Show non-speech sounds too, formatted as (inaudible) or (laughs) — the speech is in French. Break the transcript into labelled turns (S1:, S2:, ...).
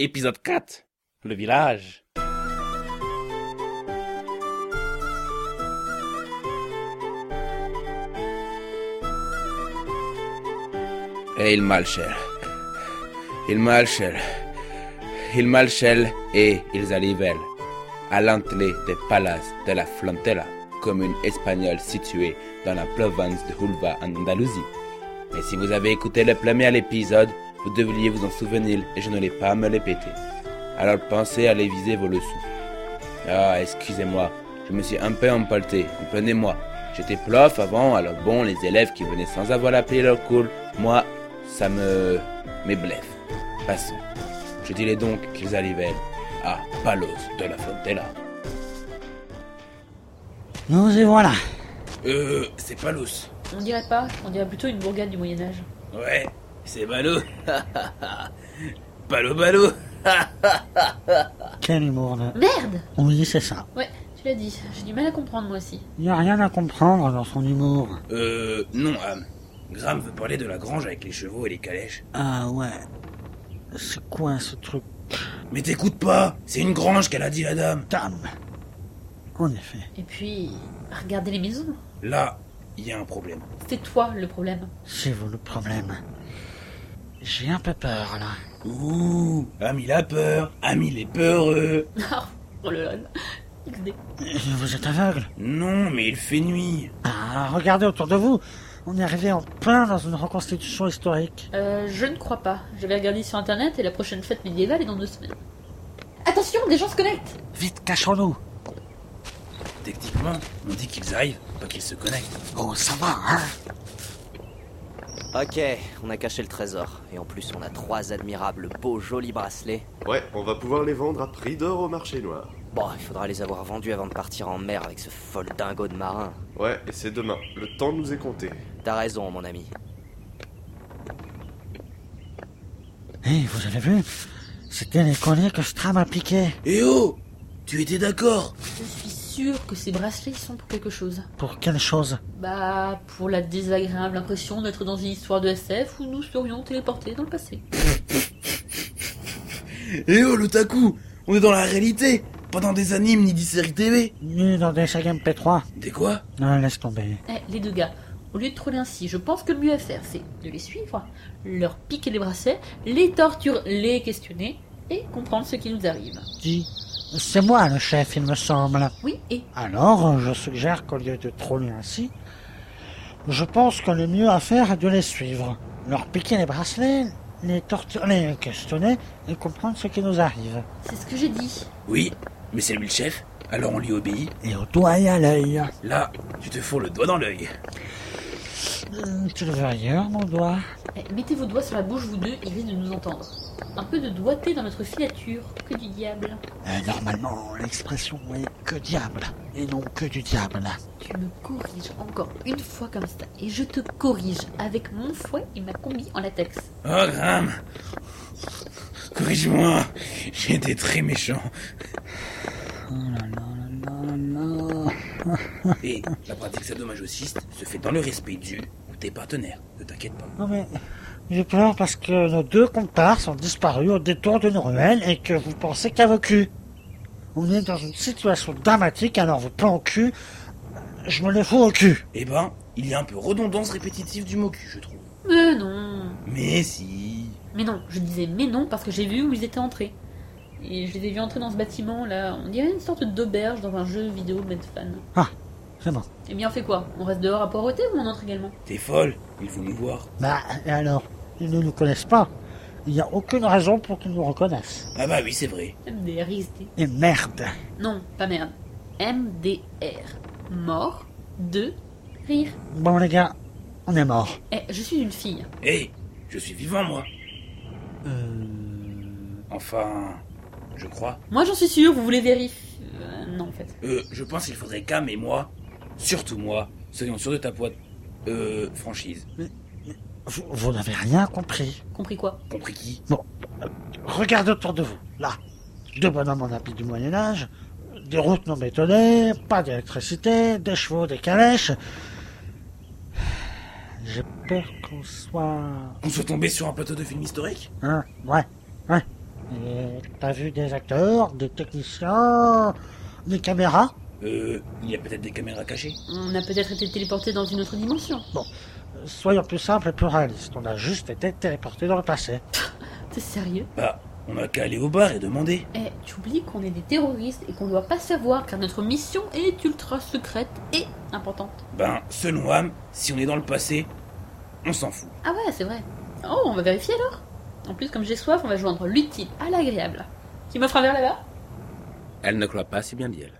S1: Épisode 4. Le village. Et Eh, il marchèrent. Ils marchèrent. Ils marchèrent et ils arrivèrent à l'entrée des palaces de la Frontera, commune espagnole située dans la province de Hulva en Andalousie. Et si vous avez écouté le premier épisode, vous devriez vous en souvenir et je ne l'ai pas à me répéter. Alors pensez à réviser vos leçons. Ah, excusez-moi, je me suis un peu emporté, comprenez-moi. J'étais prof avant, alors bon, les élèves qui venaient sans avoir appris leur cours, moi, ça me... Mais bref, passons. Je dirais donc qu'ils arrivaient à Palos de la Frontera.
S2: Nous y voilà.
S1: Euh, c'est Palos.
S3: On dirait pas, on dirait plutôt une bourgade du Moyen-Âge.
S1: Ouais, c'est (laughs) Balo. Balo Balo.
S2: Quel bourde.
S3: Merde
S2: Oui, c'est ça.
S3: Ouais, tu l'as dit, j'ai du mal à comprendre moi aussi.
S2: Il n'y a rien à comprendre dans son humour.
S1: Euh, non, Ham. Graham veut parler de la grange avec les chevaux et les calèches.
S2: Ah ouais. C'est quoi ce truc
S1: Mais t'écoutes pas, c'est une grange qu'elle a dit la dame.
S2: Dame En effet,
S3: Et puis, regardez les maisons.
S1: Là, il y a un problème.
S3: C'est toi le problème. (laughs)
S2: c'est vous le problème. J'ai un peu peur là.
S1: Ouh, Ham il a peur, Ham il est peureux.
S3: Ah, oh le lol. XD.
S2: Et Vous êtes aveugle
S1: Non, mais il fait nuit.
S2: Ah, regardez autour de vous. On est arrivé en plein dans une reconstitution historique.
S3: Euh, je ne crois pas. Je vais regarder sur internet et la prochaine fête médiévale est dans deux semaines. Attention, des gens se connectent
S2: Vite, cachons-nous.
S1: Techniquement, on dit qu'ils arrivent, pas qu'ils se connectent.
S2: Oh, ça va, hein
S4: Ok, on a caché le trésor. Et en plus, on a trois admirables, beaux, jolis bracelets.
S5: Ouais, on va pouvoir les vendre à prix d'or au marché noir.
S4: Bon, il faudra les avoir vendus avant de partir en mer avec ce folle dingo de marin.
S5: Ouais, et c'est demain. Le temps nous est compté.
S4: T'as raison, mon ami.
S2: Hé, Eh, vous avez vu C'était les colliers que Stram a piqués.
S1: Eh oh Tu étais d'accord
S3: Je suis sûre que ces bracelets sont pour quelque chose.
S2: Pour quelle chose
S3: Bah, pour la désagréable impression d'être dans une histoire de SF où nous serions téléportés dans le passé.
S1: Eh oh, le taku On est dans la réalité, pas dans des animes ni des séries TV.
S2: Ni dans des sagas MP3.
S1: Des quoi
S2: Non, Ah, laisse tomber.
S3: Eh, les deux gars, au lieu de troller ainsi, je pense que le mieux à faire, c'est de les suivre, leur piquer les bracelets, les torturer, les questionner et comprendre ce qui nous arrive.
S2: Dis, c'est moi le chef, il me semble.
S3: Oui, et
S2: Alors, je suggère qu'au lieu de troller ainsi, je pense que le mieux à faire est de les suivre, leur piquer les bracelets, les torturer, les questionner et comprendre ce qui nous arrive.
S3: c'est ce que j'ai dit.
S1: Oui, mais c'est lui le chef, alors on lui obéit.
S2: Et au doigt et à l'œil.
S1: Là, tu te fous le doigt dans l'œil.
S2: Hum, Tu le veux ailleurs, mon doigt
S3: Eh, mettez vos doigts sur la bouche, vous deux, ils risquent de nous entendre. Un peu de doigté dans notre filature, que du diable.
S2: Euh, Normalement, l'expression est que diable, et non que du diable.
S3: Tu me corriges encore une fois comme ça, et je te corrige avec mon fouet et ma combi en latex.
S1: Oh, Graham Corrige-moi J'ai été très méchant. Et la pratique sadomasochiste se fait dans le respect du ou tes partenaires, ne t'inquiète pas.
S2: Non mais, j'ai peur parce que nos deux comparses ont disparu au détour d'une ruelle et que vous pensez qu'à vos culs. On est dans une situation dramatique, alors vos plans au cul, je me les fous au cul.
S1: Eh ben, il y a un peu redondance répétitive du mot cul, je trouve.
S3: Mais non
S1: Mais si
S3: Mais non, je disais mais non parce que j'ai vu où ils étaient entrés. Et je les ai vus entrer dans ce bâtiment là, on dirait une sorte d'auberge dans un jeu vidéo Medfan.
S2: Ah, C'est bon.
S3: Eh bien, on fait quoi On reste dehors à poireauter ou on entre également
S1: T'es folle, ils vont nous voir.
S2: Bah, et alors, ils ne nous connaissent pas. Il n'y a aucune raison pour qu'ils nous reconnaissent.
S1: Ah bah oui, c'est vrai.
S3: MDR, XD.
S2: Et merde.
S3: Non, pas merde. MDR. Mort de rire.
S2: Bon les gars, on est mort.
S3: Eh, je suis une fille.
S1: Hé, Eh, je suis vivant, moi. Enfin, je crois.
S3: Moi, j'en suis sûre, vous voulez vérifier Euh, Non, en fait.
S1: Euh, je pense qu'il faudrait Cam et moi, surtout moi, soyons sûrs de ta poids... Euh, franchise.
S2: Vous, vous n'avez rien compris.
S3: Compris quoi
S1: Compris qui
S2: Regardez autour de vous. Là, deux bonhommes en habit du Moyen-Âge, des routes non bétonnées, pas d'électricité, des chevaux, des calèches. J'ai peur qu'on soit...
S1: On soit tombé sur un plateau de film historique
S2: Hein, ouais, ouais. Et T'as vu des acteurs, des techniciens, des caméras
S1: Euh, il y a peut-être des caméras cachées
S3: On a peut-être été téléporté dans une autre dimension.
S2: Soyons plus simples et plus réalistes. On a juste été téléportés dans le passé.
S3: T'es sérieux
S1: Bah, on a qu'à aller au bar et demander.
S3: Eh, tu oublies qu'on est des terroristes et qu'on doit pas savoir car notre mission est ultra secrète et importante.
S1: Ben, selon Ham, si on est dans le passé, on s'en fout.
S3: Ah ouais, c'est vrai. Oh, on va vérifier alors En plus, comme j'ai soif, on va joindre l'utile à l'agréable. Tu m'offres un verre là-bas
S1: Elle ne croit pas si bien dit elle.